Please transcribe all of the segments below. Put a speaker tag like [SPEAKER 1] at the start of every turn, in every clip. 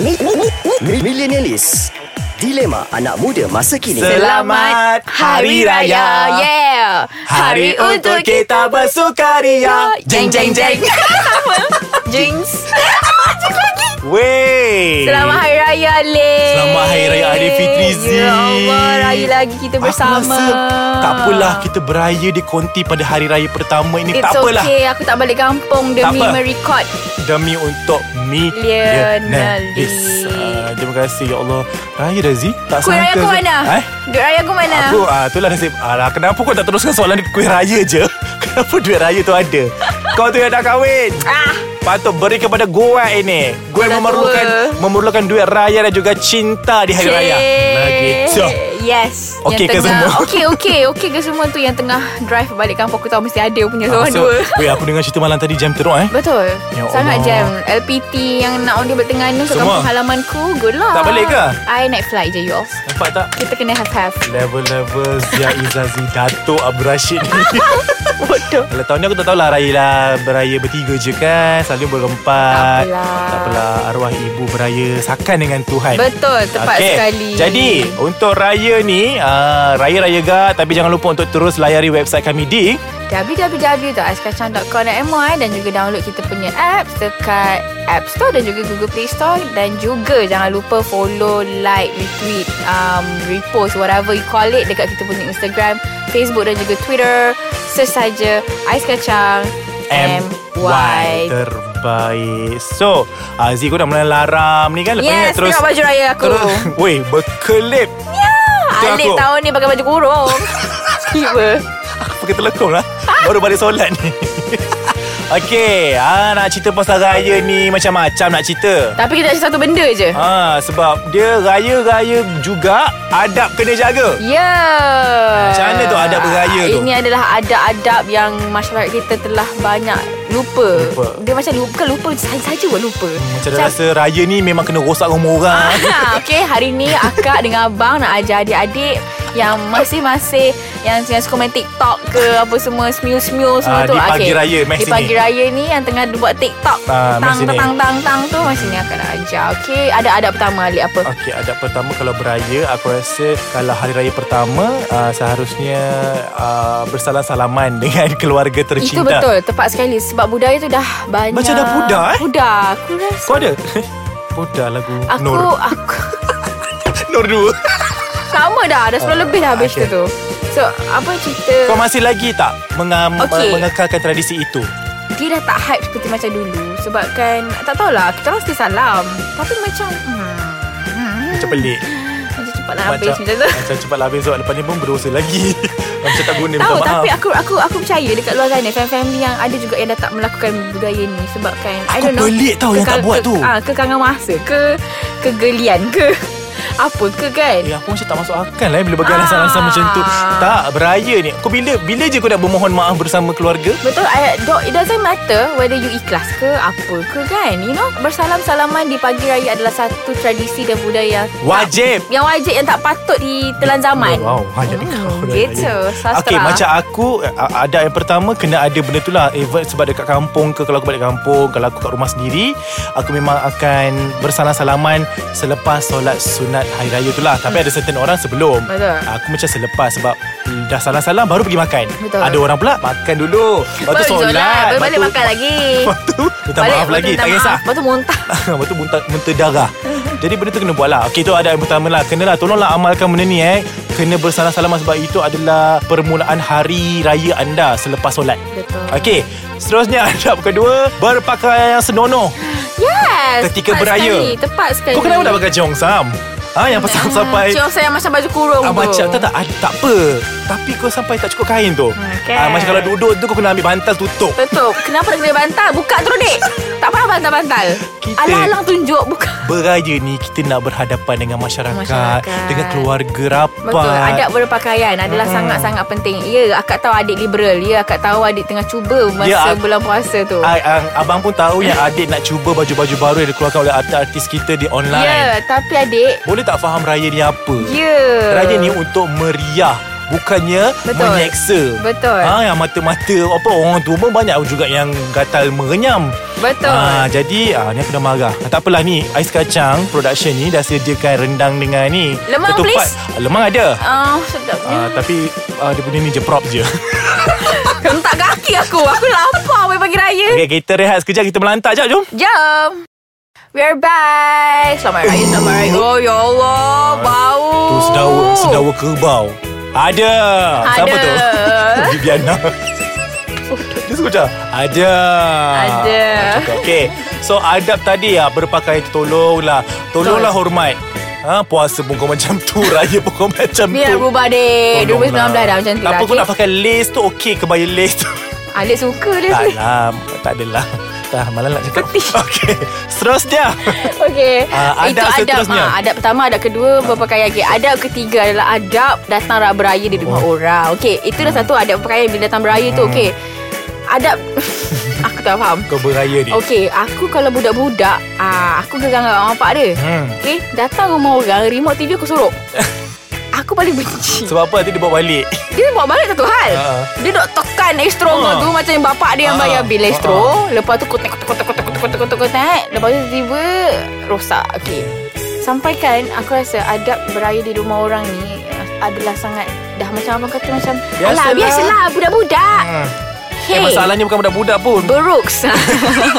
[SPEAKER 1] Mi- mi- mi- mi- Millenialis Dilema anak muda masa kini
[SPEAKER 2] Selamat Hari Raya.
[SPEAKER 3] Yeah
[SPEAKER 2] Hari untuk kita bersukaria
[SPEAKER 3] Jeng jeng jeng Jinx
[SPEAKER 2] Eh. Wey
[SPEAKER 3] Selamat Hari Raya Lin
[SPEAKER 2] Selamat Hari Raya Aidilfitri,
[SPEAKER 3] Ya Allah
[SPEAKER 2] Zee.
[SPEAKER 3] Raya lagi kita bersama
[SPEAKER 2] Aku rasa tak apalah kita beraya di konti pada hari raya pertama ini
[SPEAKER 3] It's
[SPEAKER 2] tak apalah
[SPEAKER 3] okay Aku tak balik kampung Demi
[SPEAKER 2] apa.
[SPEAKER 3] merecord
[SPEAKER 2] demi untuk millionaires.
[SPEAKER 3] Millionaires.
[SPEAKER 2] Ah, terima kasih ya Allah. Raya dah Zee tak
[SPEAKER 3] Kuih Raya
[SPEAKER 2] sangka.
[SPEAKER 3] aku mana?
[SPEAKER 2] Eh?
[SPEAKER 3] Duit Raya aku mana?
[SPEAKER 2] Aku ah itulah nasib. Alah kenapa kau tak teruskan soalan kuih raya je? Kenapa duit raya tu ada? Kau tu yang dah kahwin.
[SPEAKER 3] Ah,
[SPEAKER 2] Patut beri kepada gua ini. Gua
[SPEAKER 3] Dah
[SPEAKER 2] memerlukan
[SPEAKER 3] tua.
[SPEAKER 2] memerlukan duit raya dan juga cinta di hari raya. Nah gitu.
[SPEAKER 3] Yes
[SPEAKER 2] Okey ke
[SPEAKER 3] Yang tengah-
[SPEAKER 2] semua?
[SPEAKER 3] Okey okey Okey ke semua tu Yang tengah drive balik kampung Aku tahu mesti ada punya Seorang
[SPEAKER 2] Ah, So,
[SPEAKER 3] dua
[SPEAKER 2] weh, aku dengar cerita malam tadi jam teruk eh.
[SPEAKER 3] Betul
[SPEAKER 2] Ya Allah.
[SPEAKER 3] Sangat jam LPT yang nak on dia balik tengah ni Kat
[SPEAKER 2] Semua?
[SPEAKER 3] kampung halamanku Good luck
[SPEAKER 2] Tak balik ke?
[SPEAKER 3] I naik flight je you all
[SPEAKER 2] Nampak tak?
[SPEAKER 3] Kita kena have-have
[SPEAKER 2] Level-level Zia Izazi Dato' Abdul Rashid ni Bodoh Kalau tahun ni aku tak tahulah Raya lah Beraya bertiga je kan Selalu berempat
[SPEAKER 3] Tak apalah.
[SPEAKER 2] Tak apalah Arwah ibu beraya Sakan dengan Tuhan
[SPEAKER 3] Betul Tepat
[SPEAKER 2] Okey.
[SPEAKER 3] sekali
[SPEAKER 2] Jadi Untuk raya ni ah, Raya-raya gak Tapi jangan lupa Untuk terus layari website kami di
[SPEAKER 3] www.aiskacang.com.my Dan juga download kita punya apps Dekat App Store dan juga Google Play Store Dan juga jangan lupa follow, like, retweet um, Repost, whatever you call it Dekat kita punya Instagram, Facebook dan juga Twitter Search saja Ais Kacang
[SPEAKER 2] MY Terbaik So Aziz kau dah mula laram ni kan Lepas ni
[SPEAKER 3] Yes,
[SPEAKER 2] terus
[SPEAKER 3] tengok baju raya aku
[SPEAKER 2] Terus Weh berkelip Tengok
[SPEAKER 3] Ya, Alif
[SPEAKER 2] aku.
[SPEAKER 3] tahun ni pakai baju kurung Tiba
[SPEAKER 2] Pakai telekong lah Baru balik solat ni Okey ah, Nak cerita pasal raya ni Macam-macam nak cerita
[SPEAKER 3] Tapi kita nak cakap satu benda je
[SPEAKER 2] ah, Sebab dia raya-raya juga Adab kena jaga
[SPEAKER 3] Ya yeah.
[SPEAKER 2] Macam mana tu adab beraya tu?
[SPEAKER 3] Ini adalah adab-adab yang masyarakat kita telah banyak lupa,
[SPEAKER 2] Lupa. Hmm,
[SPEAKER 3] Dia macam lupa Bukan lupa Saja-saja buat lupa
[SPEAKER 2] Macam dah rasa raya ni memang kena rosak rumah orang
[SPEAKER 3] Ha, okay, hari ni akak dengan abang nak ajar adik-adik yang masih-masih yang, yang suka main TikTok ke apa semua smil-smil
[SPEAKER 2] Ah,
[SPEAKER 3] semua tu.
[SPEAKER 2] di pagi
[SPEAKER 3] Okey,
[SPEAKER 2] raya, Max
[SPEAKER 3] Di
[SPEAKER 2] sini.
[SPEAKER 3] pagi raya ni yang tengah buat TikTok.
[SPEAKER 2] Ah, Max
[SPEAKER 3] tang,
[SPEAKER 2] sini.
[SPEAKER 3] tang, tang, tang tu masih ni akak nak ajar. Okey, ada adab pertama alik apa?
[SPEAKER 2] Okey, adab pertama kalau beraya, aku rasa kalau hari raya pertama uh, seharusnya uh, bersalam-salaman dengan keluarga tercinta.
[SPEAKER 3] Itu betul, tepat sekali sebab budaya tu dah banyak.
[SPEAKER 2] Macam dah pudar, eh?
[SPEAKER 3] Pudar. Aku rasa
[SPEAKER 2] Kau ada? Bodoh lagu
[SPEAKER 3] aku
[SPEAKER 2] Nur.
[SPEAKER 3] aku
[SPEAKER 2] Nur 2.
[SPEAKER 3] sama dah, dah 10
[SPEAKER 2] Ah,
[SPEAKER 3] lebih dah habis
[SPEAKER 2] okey.
[SPEAKER 3] okay. tu. So, apa cerita?
[SPEAKER 2] Kau masih lagi tak mengam,
[SPEAKER 3] Okey.
[SPEAKER 2] mengekalkan tradisi itu?
[SPEAKER 3] dia dah tak hype seperti macam dulu sebab kan tak tahulah kita orang still salam tapi macam hmm, hmm,
[SPEAKER 2] Macam pelik.
[SPEAKER 3] macam cepatlah habis macam tu
[SPEAKER 2] Macam cepatlah habis sebab lepas ni pun berusaha lagi. macam tak guna minta
[SPEAKER 3] Tahu
[SPEAKER 2] maaf.
[SPEAKER 3] tapi aku aku aku percaya dekat luar sana family-family yang ada juga yang dah tak melakukan budaya ni sebab kan I
[SPEAKER 2] Aku
[SPEAKER 3] don't know
[SPEAKER 2] pelik tau yang tak
[SPEAKER 3] kekal-
[SPEAKER 2] buat
[SPEAKER 3] ke,
[SPEAKER 2] tu.
[SPEAKER 3] ah, kekangan masa ke kegelian ke apa ke kan
[SPEAKER 2] Eh aku macam tak masuk akal lah eh, Bila bagi
[SPEAKER 3] Ah.
[SPEAKER 2] alasan-alasan macam tu Tak beraya ni Kau bila Bila je kau nak bermohon maaf bersama keluarga
[SPEAKER 3] Betul I, do, It doesn't matter Whether you ikhlas ke Apa ke kan You know Bersalam-salaman di pagi raya Adalah satu tradisi dan budaya yang
[SPEAKER 2] Wajib
[SPEAKER 3] Yang wajib Yang tak patut ditelan zaman
[SPEAKER 2] Oh, wow, banyak hmm, kau dah
[SPEAKER 3] Gitu
[SPEAKER 2] raya.
[SPEAKER 3] Sastra
[SPEAKER 2] Okey, macam aku a- ada yang pertama kena ada benda tu lah. Even sebab dekat kampung ke kalau aku balik kampung, kalau aku kat rumah sendiri, aku memang akan bersalam-salaman selepas solat sunat hari raya tu lah. Tapi ada certain orang sebelum.
[SPEAKER 3] Hmm.
[SPEAKER 2] Ah,
[SPEAKER 3] Betul.
[SPEAKER 2] Aku macam selepas sebab dah salam-salam baru pergi makan.
[SPEAKER 3] Betul.
[SPEAKER 2] Ada orang pula makan dulu. Lepas tu solat.
[SPEAKER 3] Baru balik
[SPEAKER 2] lepas tu-
[SPEAKER 3] makan lagi
[SPEAKER 2] Lepas tu minta
[SPEAKER 3] Balik,
[SPEAKER 2] maaf
[SPEAKER 3] lepas tu
[SPEAKER 2] lagi,
[SPEAKER 3] minta
[SPEAKER 2] tak
[SPEAKER 3] maaf.
[SPEAKER 2] kisah.
[SPEAKER 3] Lepas tu muntah
[SPEAKER 2] Lepas tu muntah, muntah darah Jadi benda tu kena buat lah Okay tu ada yang pertama lah Kenalah tolonglah amalkan benda ni eh Kena bersalam-salaman sebab itu adalah Permulaan hari raya anda selepas solat
[SPEAKER 3] Betul
[SPEAKER 2] Okay Seterusnya adab kedua Berpakaian yang senonoh
[SPEAKER 3] Yes
[SPEAKER 2] Ketika
[SPEAKER 3] tepat
[SPEAKER 2] beraya.
[SPEAKER 3] sekali, Tepat sekali
[SPEAKER 2] Kau kenapa tak pakai ciong sam? Ha, yang pasang sampai
[SPEAKER 3] Cium saya macam baju kurung
[SPEAKER 2] Ah,
[SPEAKER 3] tu
[SPEAKER 2] macam tak tak, ah, tak apa Tapi kau sampai tak cukup kain tu
[SPEAKER 3] Okay.
[SPEAKER 2] ah, Macam kalau duduk tu kau kena ambil bantal tutup
[SPEAKER 3] Tutup Kenapa nak kena bantal Buka terus dek Tak payah bantal-bantal
[SPEAKER 2] Kita-
[SPEAKER 3] Alang-alang tunjuk Buka
[SPEAKER 2] Beraya ni kita nak berhadapan dengan masyarakat,
[SPEAKER 3] Masyarakat.
[SPEAKER 2] Dengan keluarga rapat
[SPEAKER 3] Betul Adab berpakaian Adalah
[SPEAKER 2] Hmm.
[SPEAKER 3] sangat-sangat penting Ya akak tahu adik liberal Ya akak tahu adik tengah cuba Masa
[SPEAKER 2] Ya, ak-
[SPEAKER 3] bulan puasa tu
[SPEAKER 2] I, um, abang pun tahu yang adik nak cuba baju-baju baru yang dikeluarkan oleh artis-artis kita di online.
[SPEAKER 3] Ya tapi adik
[SPEAKER 2] Boleh tak faham raya ni apa?
[SPEAKER 3] Ya
[SPEAKER 2] Raya ni untuk meriah, bukannya
[SPEAKER 3] Betul.
[SPEAKER 2] menyeksa.
[SPEAKER 3] Betul.
[SPEAKER 2] Ha, yang mata-mata apa orang tua pun banyak juga yang gatal merenyam.
[SPEAKER 3] Betul.
[SPEAKER 2] Ah, jadi ah, ni aku dah marah. Ah, tak apalah ni ais kacang production ni dah sediakan rendang dengan ni.
[SPEAKER 3] Lemang,
[SPEAKER 2] ketupat.
[SPEAKER 3] please.
[SPEAKER 2] Ah, Lemang ada.
[SPEAKER 3] Ah, sedapnya.
[SPEAKER 2] Ah, tapi ah, dia punya ni je prop
[SPEAKER 3] Eh.
[SPEAKER 2] je.
[SPEAKER 3] Kentak kaki aku. Aku lapar weh pagi raya.
[SPEAKER 2] Okey, kita rehat sekejap kita melantar jap jom.
[SPEAKER 3] Jom. We are back. Selamat raya, selamat raya. Oh, ya Allah. Bau.
[SPEAKER 2] Ah, Tu sedawa sedawa kerbau. Ada. Siapa tu?
[SPEAKER 3] Oh. Ada.
[SPEAKER 2] Viviana. Dia suka macam Ada
[SPEAKER 3] Ada.
[SPEAKER 2] Okay So adab tadi ya Berpakaian tu tolonglah lah. Tolonglah
[SPEAKER 3] Betul.
[SPEAKER 2] hormat ha, Puasa pun kau macam tu Raya pun kau macam
[SPEAKER 3] Biar
[SPEAKER 2] tu
[SPEAKER 3] berubah deh. 2019
[SPEAKER 2] Tolonglah.
[SPEAKER 3] dah macam tu
[SPEAKER 2] Tak
[SPEAKER 3] lah.
[SPEAKER 2] apa kau
[SPEAKER 3] okay?
[SPEAKER 2] nak pakai lace tu Okey kebaya lace tu
[SPEAKER 3] Alik suka dia.
[SPEAKER 2] Tak
[SPEAKER 3] ni.
[SPEAKER 2] lah Tak adalah Dah malas nak cakap
[SPEAKER 3] Petih.
[SPEAKER 2] Okay Seterusnya
[SPEAKER 3] Okey.
[SPEAKER 2] Ah,
[SPEAKER 3] Itu
[SPEAKER 2] adab
[SPEAKER 3] adab.
[SPEAKER 2] seterusnya.
[SPEAKER 3] Ah, adab pertama, adab kedua, berpakaian. Okay. Adab ketiga adalah adab datang ra- beraya di rumah
[SPEAKER 2] Oh.
[SPEAKER 3] orang. Okey, itu dah satu adab berpakaian bila datang beraya
[SPEAKER 2] Hmm.
[SPEAKER 3] tu. Okey. Adab aku tak faham.
[SPEAKER 2] Kau beraya ni
[SPEAKER 3] Okey, aku kalau budak-budak, ah aku gegang dengan mak bapak dia.
[SPEAKER 2] Hmm.
[SPEAKER 3] Okey, datang rumah orang, remote TV aku sorok. aku paling benci.
[SPEAKER 2] Sebab apa nanti dia bawa balik
[SPEAKER 3] Dia bawa balik satu hal.
[SPEAKER 2] Ha.
[SPEAKER 3] Dia dok tekan ekstro kau
[SPEAKER 2] Ha.
[SPEAKER 3] tu macam yang bapak dia yang
[SPEAKER 2] Ha.
[SPEAKER 3] bayar bil ekstro. Lepas tu kotak kotak kotak kotak kotak kotak kotak kotak. Lepas tu tiba rosak. Okey. Sampaikan aku rasa adab beraya di rumah orang ni eh, adalah sangat dah macam abang kata macam
[SPEAKER 2] Biasalah.
[SPEAKER 3] Alah biasalah budak-budak.
[SPEAKER 2] hmm.
[SPEAKER 3] Hey.
[SPEAKER 2] eh, Masalahnya bukan budak-budak pun
[SPEAKER 3] Brooks.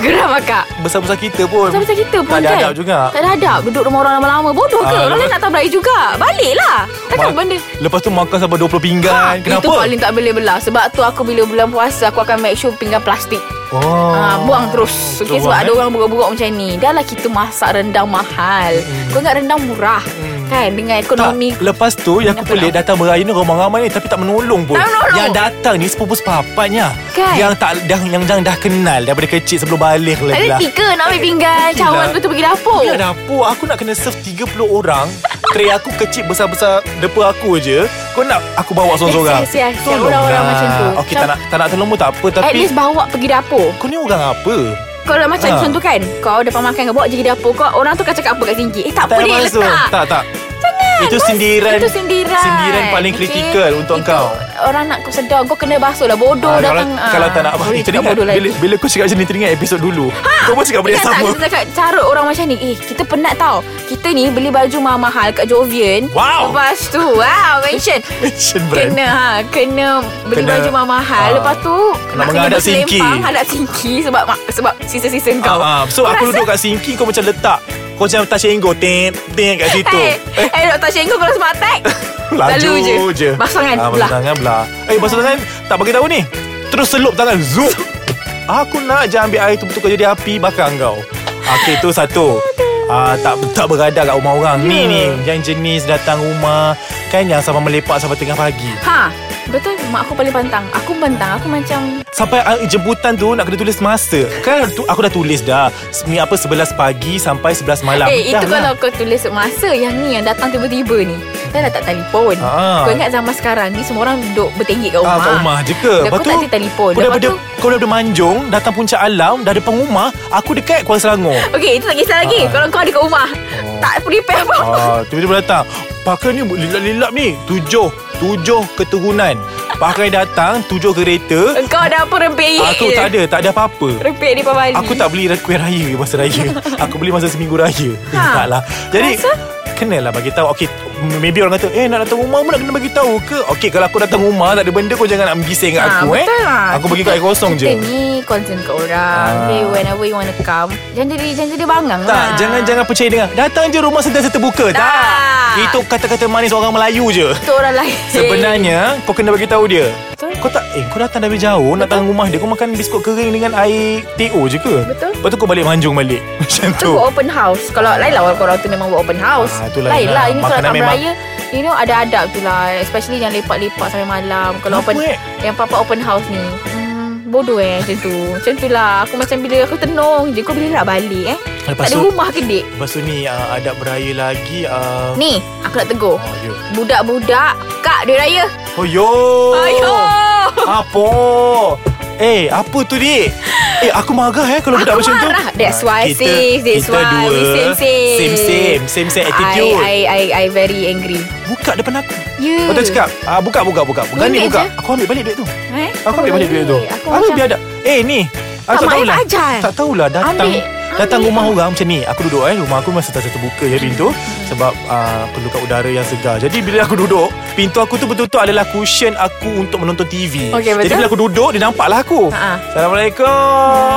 [SPEAKER 3] Geram akak.
[SPEAKER 2] Besar-besar kita pun
[SPEAKER 3] Macam macam kita pun
[SPEAKER 2] Tak ada
[SPEAKER 3] kan
[SPEAKER 2] adab juga.
[SPEAKER 3] Tak ada adab Duduk rumah orang lama-lama Bodoh ke
[SPEAKER 2] Ah,
[SPEAKER 3] Orang lain
[SPEAKER 2] lepas-
[SPEAKER 3] nak tahu beraya juga Baliklah Takkan
[SPEAKER 2] Ma-
[SPEAKER 3] benda
[SPEAKER 2] Lepas tu makan sampai 20 pinggan
[SPEAKER 3] Ha,
[SPEAKER 2] Kenapa?
[SPEAKER 3] Itu paling tak boleh belah Sebab tu aku bila bulan puasa Aku akan make sure pinggan plastik
[SPEAKER 2] oh.
[SPEAKER 3] ha, Buang terus okay,
[SPEAKER 2] Betul
[SPEAKER 3] Sebab
[SPEAKER 2] buang,
[SPEAKER 3] ada
[SPEAKER 2] eh?
[SPEAKER 3] orang buruk-buruk macam ni Dah lah kita masak rendang mahal
[SPEAKER 2] Hmm.
[SPEAKER 3] Kau ingat rendang murah Kan Dengan
[SPEAKER 2] tak,
[SPEAKER 3] ekonomi
[SPEAKER 2] lepas tu yang aku
[SPEAKER 3] Kenapa
[SPEAKER 2] pelik
[SPEAKER 3] tak?
[SPEAKER 2] datang beraya ni ramai-ramai ni tapi tak menolong pun.
[SPEAKER 3] Tak menolong.
[SPEAKER 2] Yang datang ni sepupu-sepapatnya.
[SPEAKER 3] Kan?
[SPEAKER 2] Yang tak dah, yang yang dah kenal daripada kecil sebelum balik lagi
[SPEAKER 3] Ada
[SPEAKER 2] lah.
[SPEAKER 3] tiga nak ambil pinggan
[SPEAKER 2] Gila.
[SPEAKER 3] Cawan lepas tu pergi dapur
[SPEAKER 2] eh, Bila dapur aku nak kena serve 30 orang. Tray aku kecil besar-besar depa aku je. Kau nak aku
[SPEAKER 3] Eh,
[SPEAKER 2] bawa seorang-seorang.
[SPEAKER 3] Kesian, kesian. Orang-orang macam tu.
[SPEAKER 2] Okey tak nak tak nak tolong pun tak apa
[SPEAKER 3] At
[SPEAKER 2] tapi
[SPEAKER 3] least bawa pergi dapur
[SPEAKER 2] kau ni orang apa?
[SPEAKER 3] Kalau macam
[SPEAKER 2] Ha.
[SPEAKER 3] contoh kan Kau depan makan Kau bawa je pergi dapur kau Orang tu akan cakap apa kat tinggi Eh tak,
[SPEAKER 2] Tak
[SPEAKER 3] apa dek
[SPEAKER 2] masuk.
[SPEAKER 3] letak
[SPEAKER 2] Tak tak.
[SPEAKER 3] Jangan
[SPEAKER 2] Itu
[SPEAKER 3] Bos.
[SPEAKER 2] sindiran.
[SPEAKER 3] Itu sindiran
[SPEAKER 2] Sindiran paling kritikal untuk
[SPEAKER 3] Itu
[SPEAKER 2] kau.
[SPEAKER 3] Orang nak kau sedar Kau kena basuh lah Bodoh
[SPEAKER 2] Ah,
[SPEAKER 3] datang
[SPEAKER 2] kalau,
[SPEAKER 3] ah.
[SPEAKER 2] kalau tak nak
[SPEAKER 3] Boleh
[SPEAKER 2] balik
[SPEAKER 3] cakap
[SPEAKER 2] teringat
[SPEAKER 3] bodoh lagi.
[SPEAKER 2] bila, bila kau cakap macam ni Teringat episod dulu ha! Kau pun cakap benda yang
[SPEAKER 3] Ingat tak
[SPEAKER 2] sama
[SPEAKER 3] aku cakap cara orang macam ni Eh kita penat tau Kita ni beli baju mahal-mahal kat Jovian
[SPEAKER 2] Wow.
[SPEAKER 3] Lepas tu Wow mention
[SPEAKER 2] Mention brand
[SPEAKER 3] Kena ha, Kena
[SPEAKER 2] Kena-
[SPEAKER 3] beli kena, baju mahal-mahal
[SPEAKER 2] Ah.
[SPEAKER 3] Lepas tu
[SPEAKER 2] Nak menghadap singki.
[SPEAKER 3] Hadap singki Sebab mak- sebab sisa-sisa kau
[SPEAKER 2] Ah, ah. So
[SPEAKER 3] Kau
[SPEAKER 2] aku
[SPEAKER 3] rasa-
[SPEAKER 2] duduk kat singki Kau macam letak Kau macam touch and go Ting Ting kat situ
[SPEAKER 3] Eh, eh, eh Dr. Shengo kalau smart tag.
[SPEAKER 2] Laju
[SPEAKER 3] Lalu je. kan? Lah.
[SPEAKER 2] je
[SPEAKER 3] Basuh tangan,
[SPEAKER 2] ah, Basuh
[SPEAKER 3] belah.
[SPEAKER 2] tangan belah Eh basuh tangan Tak bagi tahu ni Terus selup tangan Zup Aku nak je ambil air tu Betul jadi api Bakar kau Okay tu satu Ah, tak tak beradab kat rumah orang
[SPEAKER 3] Ya.
[SPEAKER 2] Ni ni Yang jenis datang rumah Kan yang sampai melepak Sampai tengah pagi
[SPEAKER 3] ha, betul mak aku paling pantang. Aku pantang, aku macam
[SPEAKER 2] Sampai uh, jemputan tu nak kena tulis masa. Kan tu, aku dah tulis dah. Ni apa 11 pagi sampai 11 malam.
[SPEAKER 3] Eh,
[SPEAKER 2] dah lah.
[SPEAKER 3] itu kalau kau tulis masa yang ni yang datang tiba-tiba ni. Dah lah tak telefon.
[SPEAKER 2] Ah.
[SPEAKER 3] Kau ingat zaman sekarang ni semua orang duduk bertinggi kat
[SPEAKER 2] Ah,
[SPEAKER 3] rumah.
[SPEAKER 2] kat rumah je ke
[SPEAKER 3] Dah kau tak ada telefon.
[SPEAKER 2] Kau
[SPEAKER 3] Lepas
[SPEAKER 2] daripada,
[SPEAKER 3] tu-
[SPEAKER 2] kau daripada Manjung Datang puncak alam Dah depan rumah Aku dekat Kuala Selangor
[SPEAKER 3] Okey, itu tak kisah
[SPEAKER 2] Ah. Oh.
[SPEAKER 3] lagi. Kalau kau ada kat rumah, tak prepare apa.
[SPEAKER 2] ah, Tiba-tiba datang Pakai ni lilap-lilap ni Tujuh Tujuh keturunan Pakai datang Tujuh kereta
[SPEAKER 3] Kau dah apa rempeyek
[SPEAKER 2] Aku
[SPEAKER 3] je.
[SPEAKER 2] tak ada Tak ada apa-apa
[SPEAKER 3] Rempeyek di Pabali.
[SPEAKER 2] Aku tak beli kuih raya masa raya. aku beli masa seminggu raya. Ha.
[SPEAKER 3] Ha.
[SPEAKER 2] Tak lah. Jadi
[SPEAKER 3] Rasa?
[SPEAKER 2] kenalah bagi tahu. Okey, m- maybe orang kata, "Eh, nak datang rumah pun nak kena bagi tahu ke?" Okey, kalau aku datang rumah tak ada benda kau jangan nak bising kat aku eh.
[SPEAKER 3] betul lah.
[SPEAKER 2] Aku bagi kat air kosong
[SPEAKER 3] kita
[SPEAKER 2] je.
[SPEAKER 3] Kita ni concern kat orang.
[SPEAKER 2] Ah.
[SPEAKER 3] Okay, whenever you want to come. Jangan jadi, jangan jadi bangang
[SPEAKER 2] Tak,
[SPEAKER 3] lah.
[SPEAKER 2] jangan jangan percaya dengan datang je rumah sentiasa terbuka. Tak.
[SPEAKER 3] Tak.
[SPEAKER 2] Itu kata-kata manis orang Melayu je.
[SPEAKER 3] Itu orang lain.
[SPEAKER 2] Sebenarnya kau kena bagi tahu dia.
[SPEAKER 3] Betul.
[SPEAKER 2] Kau tak eh kau datang dari jauh nak datang rumah dia kau makan biskut kering dengan air teh je ke?
[SPEAKER 3] Betul.
[SPEAKER 2] Lepas tu kau balik manjung balik. Macam
[SPEAKER 3] Tu
[SPEAKER 2] tu.
[SPEAKER 3] buat open house Kalau lain lah Korang tu memang buat open house
[SPEAKER 2] Ah, tu lain
[SPEAKER 3] Lain
[SPEAKER 2] lah.
[SPEAKER 3] lah Ini kalau
[SPEAKER 2] Makanan
[SPEAKER 3] tak
[SPEAKER 2] memang-
[SPEAKER 3] beraya You know ada adab tu lah Especially yang lepak-lepak sampai malam Kalau
[SPEAKER 2] Apa,
[SPEAKER 3] open
[SPEAKER 2] eh?
[SPEAKER 3] Yang papa open house ni hmm, Bodoh eh macam tu Macam tu lah Aku macam bila aku tenung je Kau bila nak balik eh
[SPEAKER 2] Lepas
[SPEAKER 3] Tak ada
[SPEAKER 2] tu-
[SPEAKER 3] rumah ke dik
[SPEAKER 2] Lepas tu ni uh, adab beraya lagi uh,
[SPEAKER 3] Ni aku nak tegur
[SPEAKER 2] Oh, ya.
[SPEAKER 3] Budak-budak Kak dia raya
[SPEAKER 2] Oh yo.
[SPEAKER 3] Ayo
[SPEAKER 2] Apa? Eh apa tu dik Eh aku marah eh Kalau budak
[SPEAKER 3] Aku
[SPEAKER 2] macam tu
[SPEAKER 3] marah. That's why,
[SPEAKER 2] Ah,
[SPEAKER 3] sis. That's
[SPEAKER 2] kita
[SPEAKER 3] why.
[SPEAKER 2] dua
[SPEAKER 3] We same-same.
[SPEAKER 2] Same-same Same-same attitude
[SPEAKER 3] I, I, I, I very angry.
[SPEAKER 2] Buka depan aku
[SPEAKER 3] You.
[SPEAKER 2] Kau tak cakap ah, Buka buka buka Bukan ni
[SPEAKER 3] Minit
[SPEAKER 2] buka
[SPEAKER 3] je.
[SPEAKER 2] Aku ambil balik duit tu
[SPEAKER 3] Eh?
[SPEAKER 2] Aku ambil balik duit tu
[SPEAKER 3] Aku
[SPEAKER 2] Aku
[SPEAKER 3] macam,
[SPEAKER 2] biadab Eh ni Aku
[SPEAKER 3] Tak
[SPEAKER 2] tak tahulah
[SPEAKER 3] main ajal.
[SPEAKER 2] Tak tahulah Datang
[SPEAKER 3] Ambil.
[SPEAKER 2] Datang
[SPEAKER 3] Ambil. Hmm.
[SPEAKER 2] rumah orang macam ni Aku duduk eh Rumah aku masih tak terbuka je pintu Sebab uh, perlukan udara yang segar Jadi bila aku duduk Pintu aku tu betul-betul adalah cushion aku Untuk menonton TV
[SPEAKER 3] Okey,
[SPEAKER 2] Jadi
[SPEAKER 3] betul.
[SPEAKER 2] bila aku duduk Dia nampaklah aku
[SPEAKER 3] Ha-ha.
[SPEAKER 2] Assalamualaikum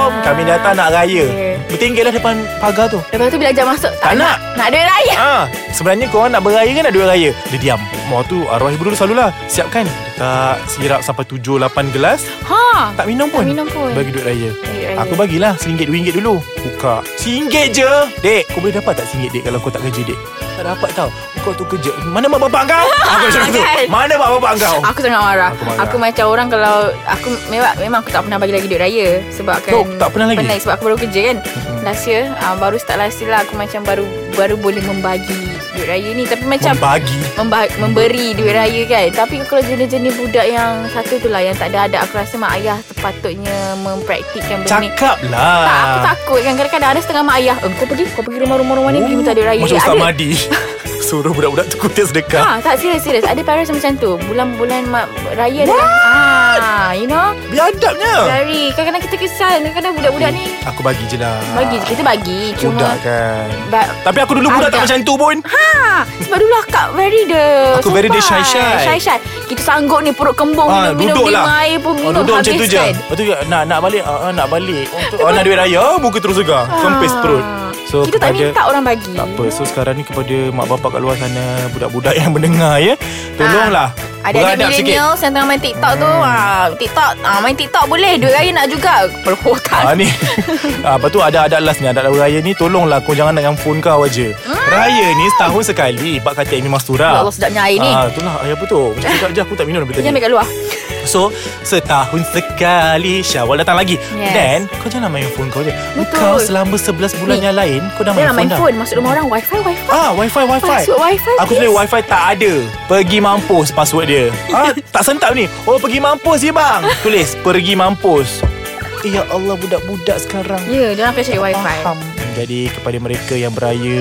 [SPEAKER 3] Ah,
[SPEAKER 2] Kami datang nak raya
[SPEAKER 3] ya.
[SPEAKER 2] Bertinggilah depan pagar tu
[SPEAKER 3] Lepas tu bila ajak masuk,
[SPEAKER 2] Tak nak.
[SPEAKER 3] Nak duit raya.
[SPEAKER 2] Ah, sebenarnya korang nak beraya kan nak duit raya. Dia diam. Mak tu arwah ibu dulu selalulah siapkan tak sirap sampai 7 8 gelas,
[SPEAKER 3] Ha.
[SPEAKER 2] tak minum pun.
[SPEAKER 3] Tak minum pun.
[SPEAKER 2] Bagi duit raya.
[SPEAKER 3] Duit raya.
[SPEAKER 2] Aku bagilah RM1 RM2 dulu. Buka. RM1 je. Dek, kau boleh dapat tak RM1 dek kalau kau tak kerja dek? Tak dapat tau. Kau tu kerja. Mana mak bapak kau? Aku cakap tu.
[SPEAKER 3] Kan?
[SPEAKER 2] Mana mak bapak kau?
[SPEAKER 3] Aku sangat marah.
[SPEAKER 2] Aku
[SPEAKER 3] Aku,
[SPEAKER 2] marah.
[SPEAKER 3] aku macam orang kalau aku memang memang aku tak pernah bagi lagi duit raya sebab kan
[SPEAKER 2] Oh, tak pernah lagi?
[SPEAKER 3] Pernah sebab aku baru kerja kan. Last year uh, baru start last year lah aku macam baru baru boleh membagi duit raya ni tapi macam
[SPEAKER 2] Membagi.
[SPEAKER 3] memba- memberi duit raya kan Tapi kalau jenis-jenis budak yang Satu tu lah Yang tak ada adab Aku rasa mak ayah sepatutnya Mempraktikkan benda ni
[SPEAKER 2] Cakaplah.
[SPEAKER 3] Tak aku takut kan Kadang-kadang ada setengah mak ayah eh, Kau pergi Kau pergi rumah-rumah rumah ni Pergi minta duit raya
[SPEAKER 2] Macam Ustaz
[SPEAKER 3] Ada-
[SPEAKER 2] Mahdi. Suruh budak-budak tu kutip sedekah.
[SPEAKER 3] Ha, tak serius-serius Ada parents yang macam tu Bulan-bulan mak, raya ada yang ah, You know
[SPEAKER 2] Biadabnya.
[SPEAKER 3] Very Kadang-kadang kita kesal Kadang-kadang budak-budak ni
[SPEAKER 2] Aku bagi je lah
[SPEAKER 3] Bagi je, kita bagi Cuma
[SPEAKER 2] Budak kan
[SPEAKER 3] But,
[SPEAKER 2] Tapi aku dulu budak tak
[SPEAKER 3] Agak.
[SPEAKER 2] macam tu pun
[SPEAKER 3] ha, sebab dulu akak very the
[SPEAKER 2] Aku very the
[SPEAKER 3] sopan.
[SPEAKER 2] shy-shy.
[SPEAKER 3] Shy-shy Kita sanggup ni perut kembung
[SPEAKER 2] Ah,
[SPEAKER 3] Oh, Minum-minum
[SPEAKER 2] duduk lah.
[SPEAKER 3] lima air pun
[SPEAKER 2] Oh,
[SPEAKER 3] minum kan?
[SPEAKER 2] duduk macam tu je
[SPEAKER 3] habiskan.
[SPEAKER 2] Lepas tu nak, nak balik ah, ah, Nak balik Untuk, ah, Nak duit raya Muka terus segar Kempis perut
[SPEAKER 3] so, Ah. Kita tak minta orang bagi
[SPEAKER 2] tak apa So sekarang ni kepada Mak bapak kat luar sana Budak-budak yang mendengar ya Tolonglah
[SPEAKER 3] Ada-ada
[SPEAKER 2] beradab sikit.
[SPEAKER 3] Ah, millennials yang tengah main TikTok tu ah, TikTok ah, Main TikTok boleh Duit raya nak juga Perkotak
[SPEAKER 2] Ah ni. ah lepas tu ada ada last ni, ada raya ni tolonglah kau jangan dengan phone kau aja. Raya ni setahun sekali, bab kata Amy Mastura.
[SPEAKER 3] Hmm. Ya Allah, sedapnya air ni.
[SPEAKER 2] Ah itulah air apa tu? Macam cakap je aku tak minum daripada
[SPEAKER 3] Jangan
[SPEAKER 2] tadi.
[SPEAKER 3] ambil kat luar
[SPEAKER 2] So Setahun sekali Syawal datang lagi yes.
[SPEAKER 3] Yes.
[SPEAKER 2] Then Kau jangan main phone kau je
[SPEAKER 3] Betul.
[SPEAKER 2] Kau selama 11 bulan
[SPEAKER 3] Ni.
[SPEAKER 2] yang lain Kau Ah, dah main
[SPEAKER 3] Jangan main
[SPEAKER 2] phone,
[SPEAKER 3] phone Masuk rumah orang Wifi, wifi
[SPEAKER 2] dah Ah, wifi, wifi
[SPEAKER 3] Password
[SPEAKER 2] Aku
[SPEAKER 3] wifi, please.
[SPEAKER 2] sebenarnya wifi tak ada Pergi mampus password dia ah, Tak sentap ni Oh pergi mampus je bang Tulis Pergi mampus Eh, Ya Allah budak-budak sekarang
[SPEAKER 3] Ya, dia orang kena cari wifi
[SPEAKER 2] Faham Jadi kepada mereka yang beraya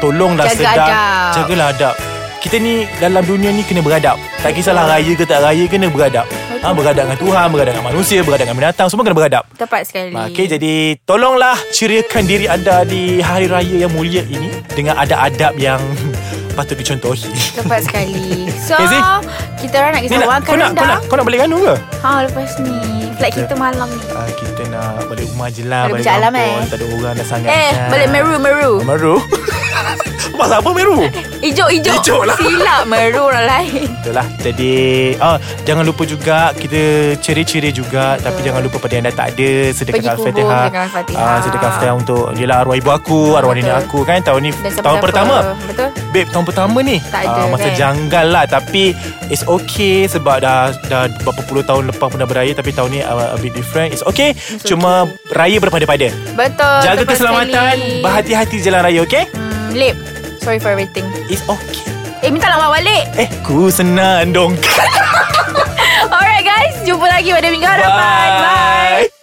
[SPEAKER 2] Tolonglah
[SPEAKER 3] Jaga
[SPEAKER 2] sedap
[SPEAKER 3] adab.
[SPEAKER 2] Jagalah adab kita ni dalam dunia ni kena beradab. Tak kisahlah raya ke tak raya kena beradab. Ha, beradab dengan Tuhan, beradab dengan manusia, beradab dengan binatang, semua kena beradab. Ha,
[SPEAKER 3] Tepat sekali
[SPEAKER 2] Okey, jadi tolonglah ceriakan diri anda di hari raya yang mulia ini dengan adab-adab yang patut dicontohi.
[SPEAKER 3] Tepat sekali So
[SPEAKER 2] Okay, Zee.
[SPEAKER 3] Kita orang nak
[SPEAKER 2] Ni
[SPEAKER 3] kisah
[SPEAKER 2] nak,
[SPEAKER 3] orang
[SPEAKER 2] kau nak, kau nak, kau nak balik kanu ke?
[SPEAKER 3] Ha lepas ni Flight kita malam ni
[SPEAKER 2] Ah, kita nak balik rumah je lah. Balik
[SPEAKER 3] Balik berjalan,
[SPEAKER 2] kampung.
[SPEAKER 3] eh.
[SPEAKER 2] Tak ada orang dah sangat.
[SPEAKER 3] Eh
[SPEAKER 2] kan.
[SPEAKER 3] balik meru meru
[SPEAKER 2] Meru. Pasal apa Meru?
[SPEAKER 3] Ijuk ijuk
[SPEAKER 2] Ijuk lah.
[SPEAKER 3] Silap meru orang lain
[SPEAKER 2] Betul lah Jadi oh, Jangan lupa juga Kita ceri-ceri juga Tapi jangan lupa pada yang dah tak ada
[SPEAKER 3] Pergi
[SPEAKER 2] Sedekah
[SPEAKER 3] kubur,
[SPEAKER 2] Al-Fatihah
[SPEAKER 3] sedekah Al-Fatihah.
[SPEAKER 2] Ah, Sedekah Al-Fatihah untuk Yelah arwah ibu aku Arwah
[SPEAKER 3] Betul.
[SPEAKER 2] nenek aku kan Tahun ni
[SPEAKER 3] Dan siapa
[SPEAKER 2] Tahun
[SPEAKER 3] siapa.
[SPEAKER 2] pertama
[SPEAKER 3] Betul
[SPEAKER 2] Babe tahun pertama ni
[SPEAKER 3] Tak ada,
[SPEAKER 2] Ah, Masa
[SPEAKER 3] kan?
[SPEAKER 2] janggal lah Tapi It's okay Sebab dah Dah berapa puluh tahun lepas pun dah beraya Tapi tahun ni uh, A bit different It's okay It's Cuma okay. Raya berpada-pada
[SPEAKER 3] Betul
[SPEAKER 2] Jaga
[SPEAKER 3] tepat
[SPEAKER 2] keselamatan
[SPEAKER 3] sekali.
[SPEAKER 2] Berhati-hati jalan raya okay
[SPEAKER 3] Hmm, Lip Sorry for everything
[SPEAKER 2] It's okay
[SPEAKER 3] Eh minta lah awak balik
[SPEAKER 2] Eh ku senandung
[SPEAKER 3] Alright guys Jumpa lagi pada minggu hadapan Bye, Bye.